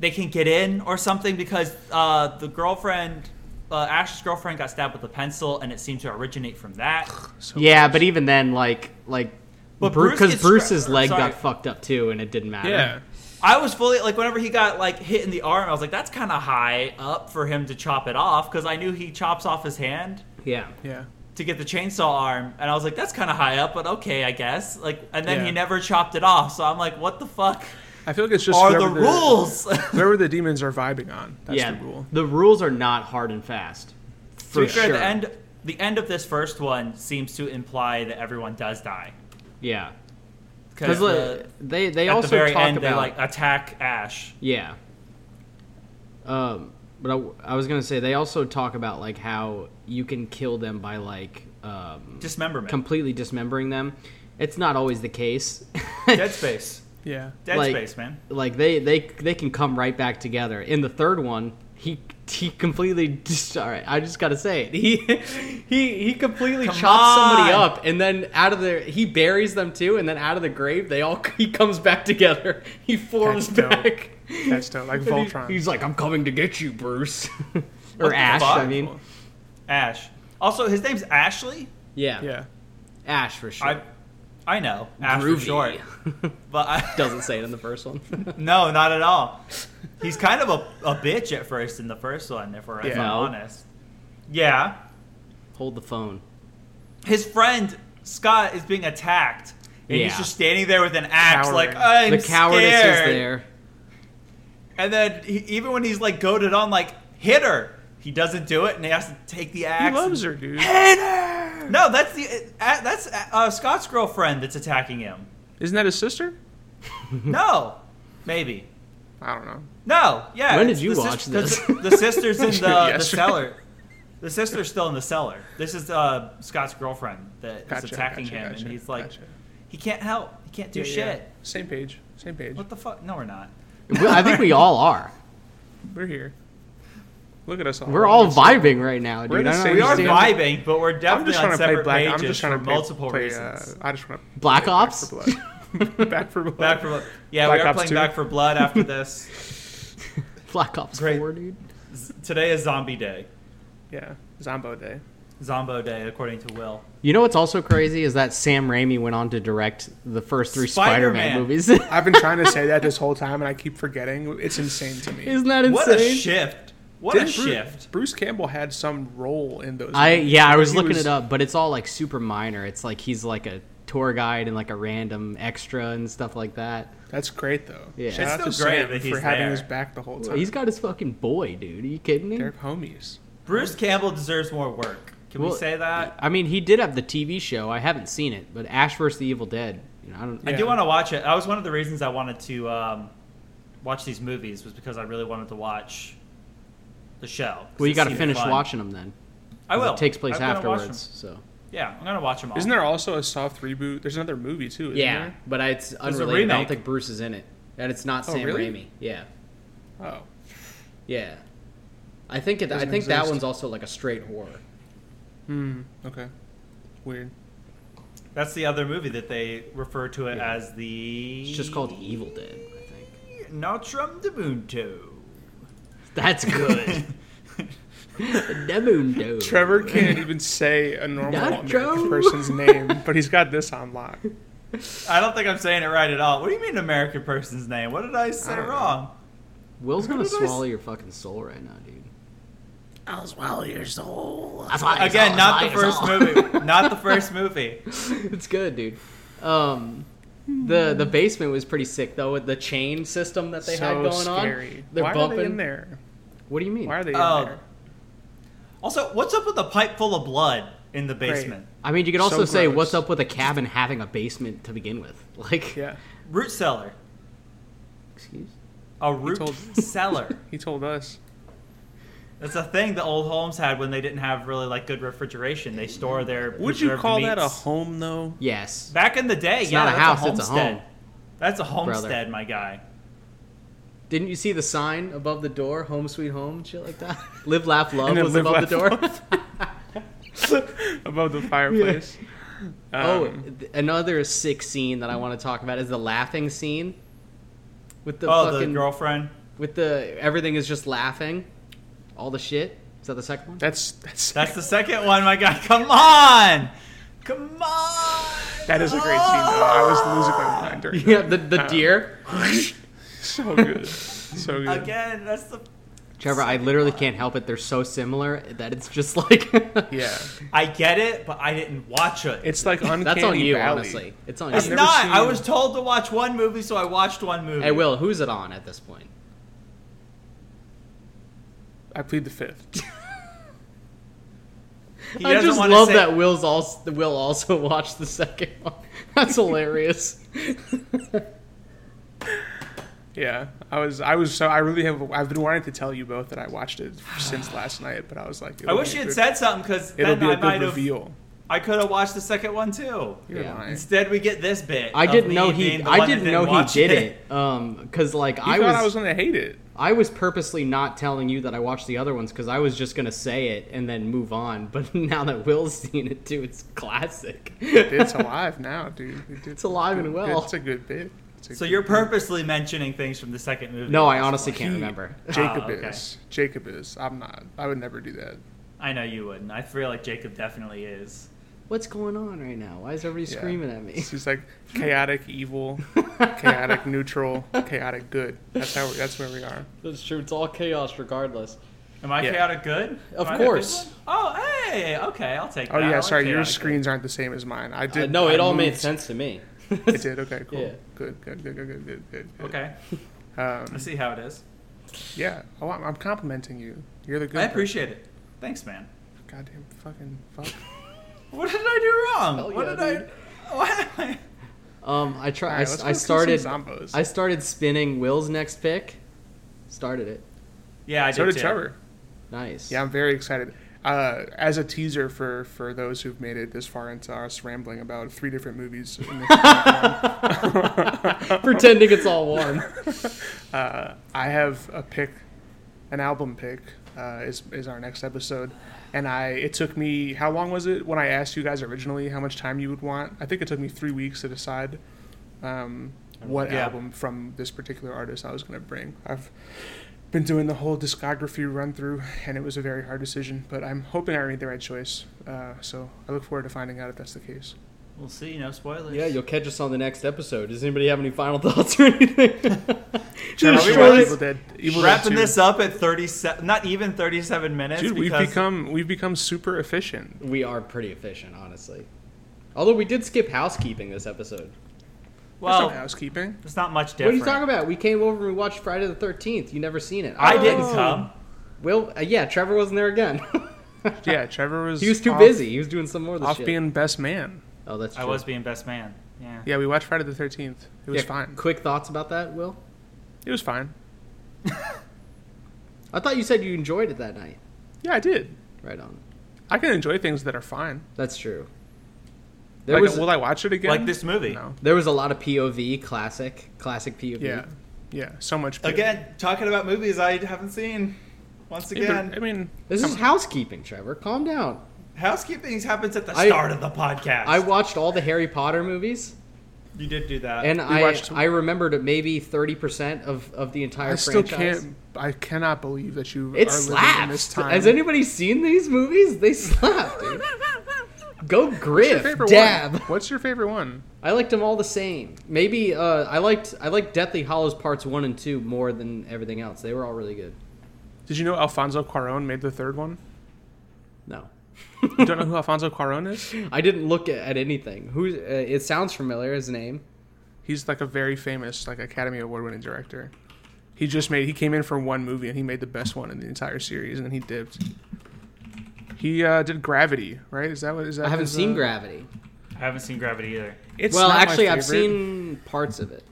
they can get in or something because uh, the girlfriend, uh, Ash's girlfriend, got stabbed with a pencil, and it seemed to originate from that.
So
Yeah, but even then, like like,
But
Bru-
Bruce
because
gets
Bruce's
scra-
leg
sorry.
got fucked up too, and it didn't matter.
yeah,
I was fully like whenever he got like hit in the arm, I was like, that's kind of high up for him to chop it off because I knew he chops off his hand
yeah.
yeah.
to get the chainsaw arm, and I was like, that's kind of high up, but okay, I guess. Like, and then
Yeah.
he never chopped it off, so I'm like, what the fuck?
I feel like it's just
are the
whoever
rules.
Whoever the demons are vibing on. That's
yeah,
the rule.
rules are not hard and fast. For
to be fair,
sure.
the end the end of this first one seems to imply that everyone does die.
yeah, because
the-
they they
at
also
the very
talk
end
about
they like attack Ash.
Yeah. Um, but I, I was gonna say they also talk about like how you can kill them by like um,
Dismemberment.
completely dismembering them. It's not always the case.
Dead Space.
Yeah.
Dead
Like-
Space, man.
like they they they can come right back together. In the third one, he he completely just all right. I just gotta say it. He he he completely
Come
chops somebody
on.
up, and then out of the he buries them too, and then out of the grave they all he comes back together. He forms
That's dope.
back.
That's dope. Like
And he-
Voltron.
he's like, I'm coming to get you, Bruce.
What
or
the
Ash, I
fuck?
mean.
Ash. Also, his name's Ashley.
Yeah.
Yeah.
Ash for sure.
I, I know Ash for
Groovy.
short, but I,
Doesn't say it in the first one.
No, not at all. He's kind of a, a bitch at first in the first one, if we're if I'm
Yeah.
honest. Yeah.
Hold the phone.
His friend Scott is being attacked. And
Yeah.
he's just standing there with an axe,
Cowering.
like I'm
the cowardice
scared.
is there.
And then he, even when he's like goaded on, like hit her, he doesn't do it, and he has to take the
He
axe.
loves her, dude.
No, that's the uh, that's uh, Scott's girlfriend that's attacking him.
Isn't that his sister?
No, maybe.
I don't know.
No, yeah.
When
it's
did you
the
watch
sis-
this?
The, the sister's in the, the
Yesterday.
cellar. The sister's still in the cellar. This is uh, Scott's girlfriend that's
Gotcha,
attacking
gotcha,
him,
gotcha,
and he's like,
gotcha.
he can't help. He can't do
Yeah,
shit.
yeah. Same page. Same page.
What the fuck? No, we're not.
We- I think we all are.
We're here. Look at us all.
We're all
It's-
vibing right now,
We're
dude.
the
I don't
same-
We are
understand.
understand.
vibing, but we're
I'm
definitely
just
on
trying to play
separate
black.
pages
I'm just trying
for
to play,
multiple
play, Uh,
reasons.
I just want to
Black
play
Ops?
Back for Blood. back for blood.
Back for Blood. Yeah,
Black
we are
Ops
playing
2.
Back for Blood after this.
Black Ops
Great.
4, dude.
Z- Today is Zombie Day,
Yeah. Zombo Day.
Zombo Day, according to Will.
You know what's also crazy is that Sam Raimi went on to direct the first three Spider-Man,
Spider-Man.
movies.
I've been trying to say that this whole time, and I keep forgetting. It's insane to me.
Isn't that insane?
What a shift! What a
Didn't Bru-
shift!
Bruce Campbell had some role in those.
I
movies.
yeah, I was
He
looking it up, but it's all like super minor. It's like he's like a tour guide and like a random extra and stuff like that.
That's great though.
Yeah.
Shout
It's
out to
still great
Sam
that
for
he's
having
there.
his back the whole time.
He's got his fucking boy, dude. Are you kidding me?
They're homies.
Bruce Campbell deserves more work. Can
Well,
we say that?
I mean, he did have the TV show. I haven't seen it, but Ash vs. the Evil Dead. You know, I don't.
I
Yeah.
do want to watch it. That was one of the reasons I wanted to um, watch these movies was because I really wanted to watch the show. 'cause
well, you
it
got to
seemed
finish
fun.
watching them then.
I
'cause
will.
It takes place
I'm gonna watch
afterwards. So
them. Yeah, I'm gonna watch them all.
Isn't there also a soft reboot? There's another movie too. Isn't
yeah, but I, it's
a
unrelated. I don't
remake.
think Bruce is in it, and it's not
Oh,
Sam
really?
Raimi. Yeah,
There? Oh,
yeah. I think it, I
Doesn't
think that
exist.
one's also like a straight horror.
hmm. Okay. Weird.
That's the other movie that they refer to it
Yeah.
as the.
It's just called Evil Dead. I think
Notram de Mundo.
that's good. Demundo.
Trevor can't even say a normal
Nacho?
American person's name, but he's got this on lock.
I don't think I'm saying it right at all. What do you mean American person's name? What did I say
I don't know.
wrong?
Will's gonna
Who did I
swallow
s-
your fucking soul right now, dude.
I'll swallow your soul.
Again, not the first movie. Not the first movie.
it's good, dude. Um, the the basement was pretty sick though with the chain system that they
so
had going
scary.
on. They're
Why
bumping.
are they in there?
What do you mean?
Why are they
Oh,
in there?
Also, what's up with the pipe full of blood in the
Great.
basement?
I mean, you could also
So
say
gross.
what's up with a cabin having a basement to begin with. Like,
Yeah,
Root cellar.
excuse.
A root
told-
cellar.
he told us.
That's a thing the old homes had when they didn't have really like good refrigeration. They store their.
Would you
preserved
call that a
meats.
home though?
Yes.
Back in the day,
It's
yeah,
not a
that's
house,
a
it's a
homestead.
home.
That's a
Brother.
homestead, my guy.
Didn't you see the sign above the door, "Home Sweet Home," shit like that? Live, laugh, love
And then
was
live,
above the door.
laugh, Above the fireplace.
oh,
Um,
th- another sick scene that I want to talk about is the laughing scene with the
oh,
fucking
the girlfriend.
with the everything is just laughing, all the shit. Is that the second one?
that's that's
That's the second one, my guy. Come on, come on.
that is a great scene. Though. I was losing my mind during that.
yeah, the the
Um,
deer.
So good. So good.
Again, that's the.
Trevor, I literally can't help it. They're so similar that it's just like
Yeah,
I get it, but I didn't watch it.
it's like uncanny
That's on you,
valley.
honestly. It's on
It's
you.
never
not. I
seen-
was told to watch one movie, so I watched one movie.
Hey, Will, who's it on at this point?
I plead the fifth.
He
I
doesn't
just
wanna
love
say-
that Will's also Will also watched the second one. That's hilarious.
Yeah, I was. I was so. I really have. I've been wanting to tell you both that I watched it since last night, but I was like,
I wish you had said something because
It'll
then
be a
I
good
might have.
reveal.
I could have watched the second one too.
You're
Yeah.
lying.
Instead, we get this bit.
I
of
didn't
me
know
being
he.
the
I
one that
didn't know he
watch
did it. Um, cause like
You
I
thought
was,
I was gonna hate it.
I was purposely not telling you that I watched the other ones because I was just gonna say it and then move on. But now that Will's seen it too, it's classic.
It's alive now, dude. It-
It's alive and well.
It's a good bit. It's a
So
good
you're
bit.
purposely mentioning things from the second movie.
no, I
at this
honestly
point.
can't remember.
Jacob
Ah, okay.
is. Jacob is. I'm not. I would never do that.
I know you wouldn't. I feel like Jacob definitely is.
What's going on right now? Why is everybody
Yeah.
screaming at me?
It's just like chaotic evil, chaotic neutral, chaotic good. That's how. We, that's where we are.
That's true. It's all chaos, regardless.
Am I
Yeah.
chaotic good?
Of
Am I the good
course.
one? Oh, hey. Okay, I'll take
Oh
that. I
yeah,
like
sorry. Your
chaotic good.
screens aren't the same as mine. I
Uh,
did.
no,
I
it all made
moved-
sense to me.
It did. Okay. Cool.
Yeah.
Good. Good. Good. Good. Good. Good. Good. good.
Okay,
Um,
I see how it is.
yeah. Oh, I'm, I'm complimenting you. You're the good.
I appreciate it. Thanks, man.
person. Goddamn fucking fuck.
What did I do
Hell
wrong? What
Oh, yeah,
did I? Why am I?
Um, I try.
All
I,
right,
s-
let's
I
go see some
started.
Zombos.
I started spinning Will's next pick. Started it.
Yeah, I did
so did
too.
Trevor.
Nice.
Yeah, I'm very excited. Uh, as a teaser for for those who've made it this far into us rambling about three different movies, in this
Pretending it's all one.
uh, I have a pick, an album pick uh, is is our next episode, and I it took me how long was it when I asked you guys originally how much time you would want? I think it took me three weeks to decide um, what
Yeah.
album from this particular artist I was going to bring. I've been doing the whole discography run through, and it was a very hard decision, but I'm hoping I made the right choice. Uh, so I look forward to finding out if that's the case.
We'll see. No spoilers.
Yeah, you'll catch us on the next episode. Does anybody have any final thoughts or anything?
Trevor,
Just
we
short-
watched Evil Dead. Evil Dead
wrapping
2.
this up at 37, not even 37 minutes.
Dude, we've
because
become we've become super efficient.
we are pretty efficient, honestly. Although we did skip housekeeping this episode.
That's not
well,
housekeeping.
it's not much different.
What are you talking about? We came over and we watched Friday the Thirteenth. You never seen it.
I didn't
Oh.
come.
Will, uh, yeah, Trevor wasn't there again.
Yeah, Trevor was.
he was too
off-
busy. He was doing some more of the
Off
shit.
being best man.
oh, that's true.
I was being best man. Yeah.
Yeah, we watched Friday the Thirteenth. It was
Yeah,
fine.
Quick thoughts about that, Will?
It was fine.
I thought you said you enjoyed it that night.
Yeah, I did.
Right on.
I can enjoy things that are fine.
That's true. There
like,
was
will I watch it again?
Like this movie.
No.
there was a lot of POV, classic, classic POV.
Yeah, yeah. So much. good.
Again, talking about movies I haven't seen. Once
Hey, but,
again,
I mean,
This
come
is
on.
housekeeping, Trevor. Calm down.
housekeeping happens at the
I-
start of the podcast.
I watched all the Harry Potter movies,
you did do that.
and I
watched-
I remembered maybe thirty percent of of the entire
I still
franchise.
can't. I cannot believe that you
It
are living in this
slaps.
time.
Has anybody seen these movies? They slap, dude. Go
What's your
Griff,
favorite
dab.
one? What's your favorite one?
I liked them all the same. Maybe uh, I liked I liked Deathly Hollows parts one and two more than everything else. They were all really good.
Did you know Alfonso Cuarón made the third one?
No,
You don't know who Alfonso Cuarón is?
I didn't look at, at anything. Who? Uh, it sounds familiar. His name.
He's like a very famous, like Academy Award-winning director. He just made. He came in for one movie and he made the best one in the entire series, and then he dipped. He uh, did Gravity, right? Is that what? Is that?
I haven't
his,
seen
uh,
Gravity.
I haven't seen Gravity either.
It's
well,
not my
actually, I've
favorite.
seen parts of it.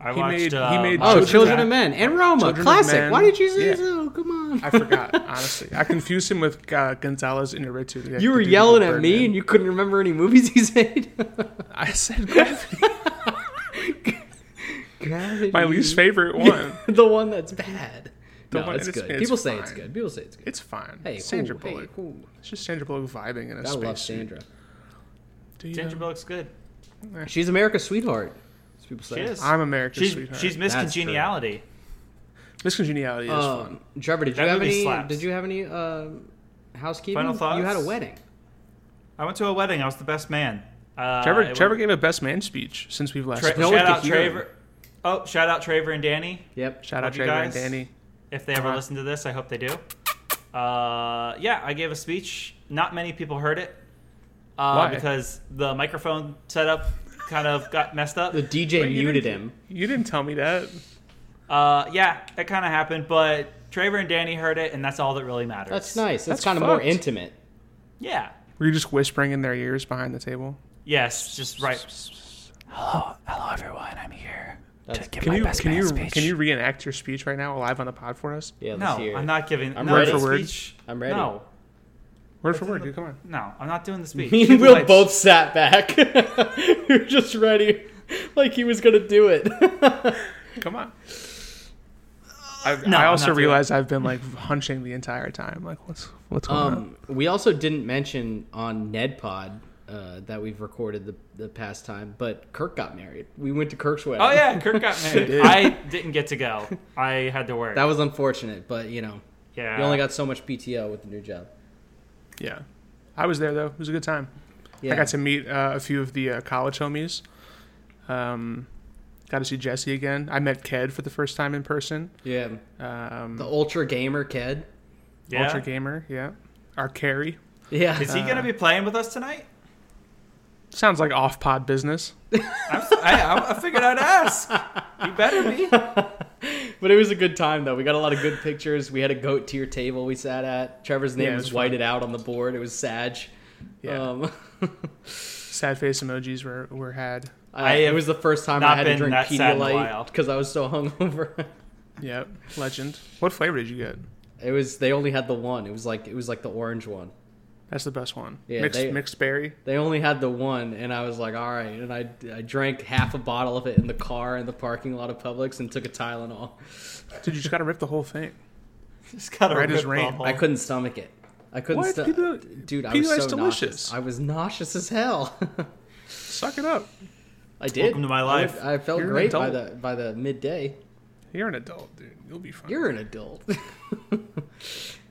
I
He
watched.
made- he
uh,
made-
Oh, Children,
Children of
of Men and Roma,
Children of
classic.
Men.
Why did you say
Yeah.
so? Come on.
I forgot. honestly, I confused him with uh, Gonzalez Inarritu. the- the
you were
dude who
yelling
did
at me,
Birdman.
and you couldn't remember any movies he's made.
I said Gravity,
Gravity.
my least favorite one.
the one that's bad.
The
no,
one-
it's
it's-
good.
it's
People say it's
fine.
good. People say it's good.
It's fine.
Hey,
Sandra
cool, hey,
Bullock.
cool.
It's just Sandra Bullock vibing in a
I
space.
love
suit.
Sandra.
Do you
Ginger
know?
Bullock's good.
She's America's sweetheart. as people
She
say.
is.
I'm America's
she's,
sweetheart.
She's Miss
That's true.
Congeniality.
Miss Congeniality is fun.
Um, Trevor, did
That
you have
movie
any?
slaps.
Did you have any uh, housekeeping?
Final thoughts?
You had a wedding.
I went to a wedding. I was the best man. Uh,
Trevor,
it
Trevor
went-
gave a best man speech since we've last.
Tra-
spoke.
no one
shout
could
out
hear him.
Trevor. Oh, shout out Trevor and Danny.
Yep.
Shout out
Love you
Trevor and
guys.
Danny.
If they ever
Uh-huh.
listen to this, I hope they do. Uh, yeah, I gave a speech. Not many people heard it uh,
Why?
because the microphone setup kind of got messed up.
The DJ
Wait, you
muted
didn't-
him.
You didn't tell me that.
Uh, yeah, that kind of happened, but Trevor and Danny heard it, and that's all that really matters.
That's nice. That's,
That's
kind of more
fucked.
intimate.
Yeah.
Were you just whispering in their ears behind the table?
Yes, just right.
Hello, everyone. I'm here
That's-
to give
Can
my
you
best
can
man
you
speech.
can you reenact your speech right now live on the pod for us?
Yeah, let's
No,
hear it.
I'm not giving.
I'm
no,
ready.
the
For words?
speech-
I'm ready.
No,
Word for word, dude. Come on.
no, I'm not doing the speech.
Me and Will
Like,
both sat back. we were just ready, like he was gonna do it.
Come on. I,
No,
I
I'm
also
not doing
realized I've been like hunching the entire time. Like, what's what's going on?
um, we also didn't mention on Ned Pod uh, that we've recorded the, the past time, but Kirk got married. We went to Kirk's wedding.
Oh yeah, Kirk got married.
did.
I didn't get to go. I had to work.
that was unfortunate, but you know,
yeah.
you only got so much PTO with the new job.
Yeah, I was there though. It was a good time.
Yeah,
I got to meet uh, a few of the uh, college homies. Um, got to see Jesse again. I met Ked for the first time in person.
yeah.
Um,
The ultra gamer kid.
Yeah.
Ultra gamer, yeah. Our carry
Yeah,
Is he gonna be playing with us tonight?
sounds like off pod business.
I'm, s- I, I- I figured I'd ask. He better be.
but it was a good time though. We got a lot of good pictures. We had a goat tier table we sat at. Trevor's name
Yeah, it
was,
was fun.
whited out on the board. It was Sag.
Yeah.
Um,
Sad face emojis were were had.
I,
I
it
have
was the first time I
not
had to
been
drink
that sad in a
Pedialyte
while.
because I was so hungover.
Yep, legend. What flavor did you get?
it was they only had the one. It was like it was like the orange one.
That's the best one.
Yeah,
mixed
they-
mixed berry.
They only had the one, and I was like, all right. And I I drank half a bottle of it in the car in the parking lot of Publix and took a Tylenol.
Dude, you just gotta rip the whole thing.
Just gotta
Right as
rip
rain.
the whole-
I couldn't stomach it. I couldn't.
What?
sto-
Pedialyte-
Dude, I was
Pedialyte's
so
delicious.
nauseous. I was nauseous as hell.
Suck it up.
I did.
Welcome to my
I-
life.
I, felt
You're an
great by
adult.
the by the midday.
You're an adult, dude. You'll be fine.
You're an adult.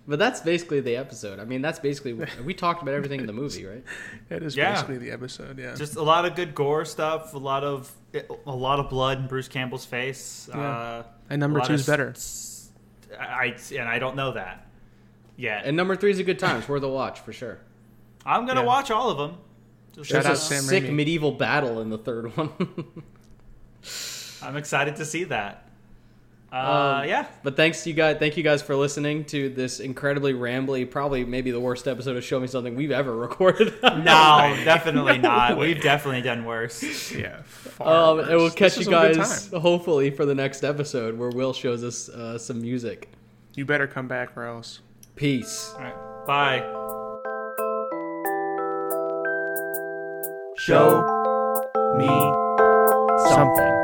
but that's basically the episode. I mean, that's basically we talked about everything in the movie, right?
It is
Yeah.
basically the episode. Yeah.
Just a lot of good gore stuff. A lot of a lot of blood in Bruce Campbell's face.
Yeah.
Uh,
and
a
number
lot
two is
of
better.
s- I and I don't know that yet.
And number three is a good time. It's worth a watch for sure.
I'm gonna
Yeah.
watch all of them. Just
Shout
There's
out
a
Sam
sick
Raimi.
medieval battle in the third one.
I'm excited to see that. Uh,
Um,
yeah,
but thanks you guys. Thank you guys for listening to this incredibly rambly, probably maybe the worst episode of Show Me Something we've ever recorded.
no, definitely
No
not.
way.
We've definitely done worse.
yeah. Far
Um, and we'll
worse.
catch
This
you
was a good
guys
time.
hopefully for the next episode where Will shows us uh, some music.
You better come back or else.
Peace.
All right, bye.
Show me something.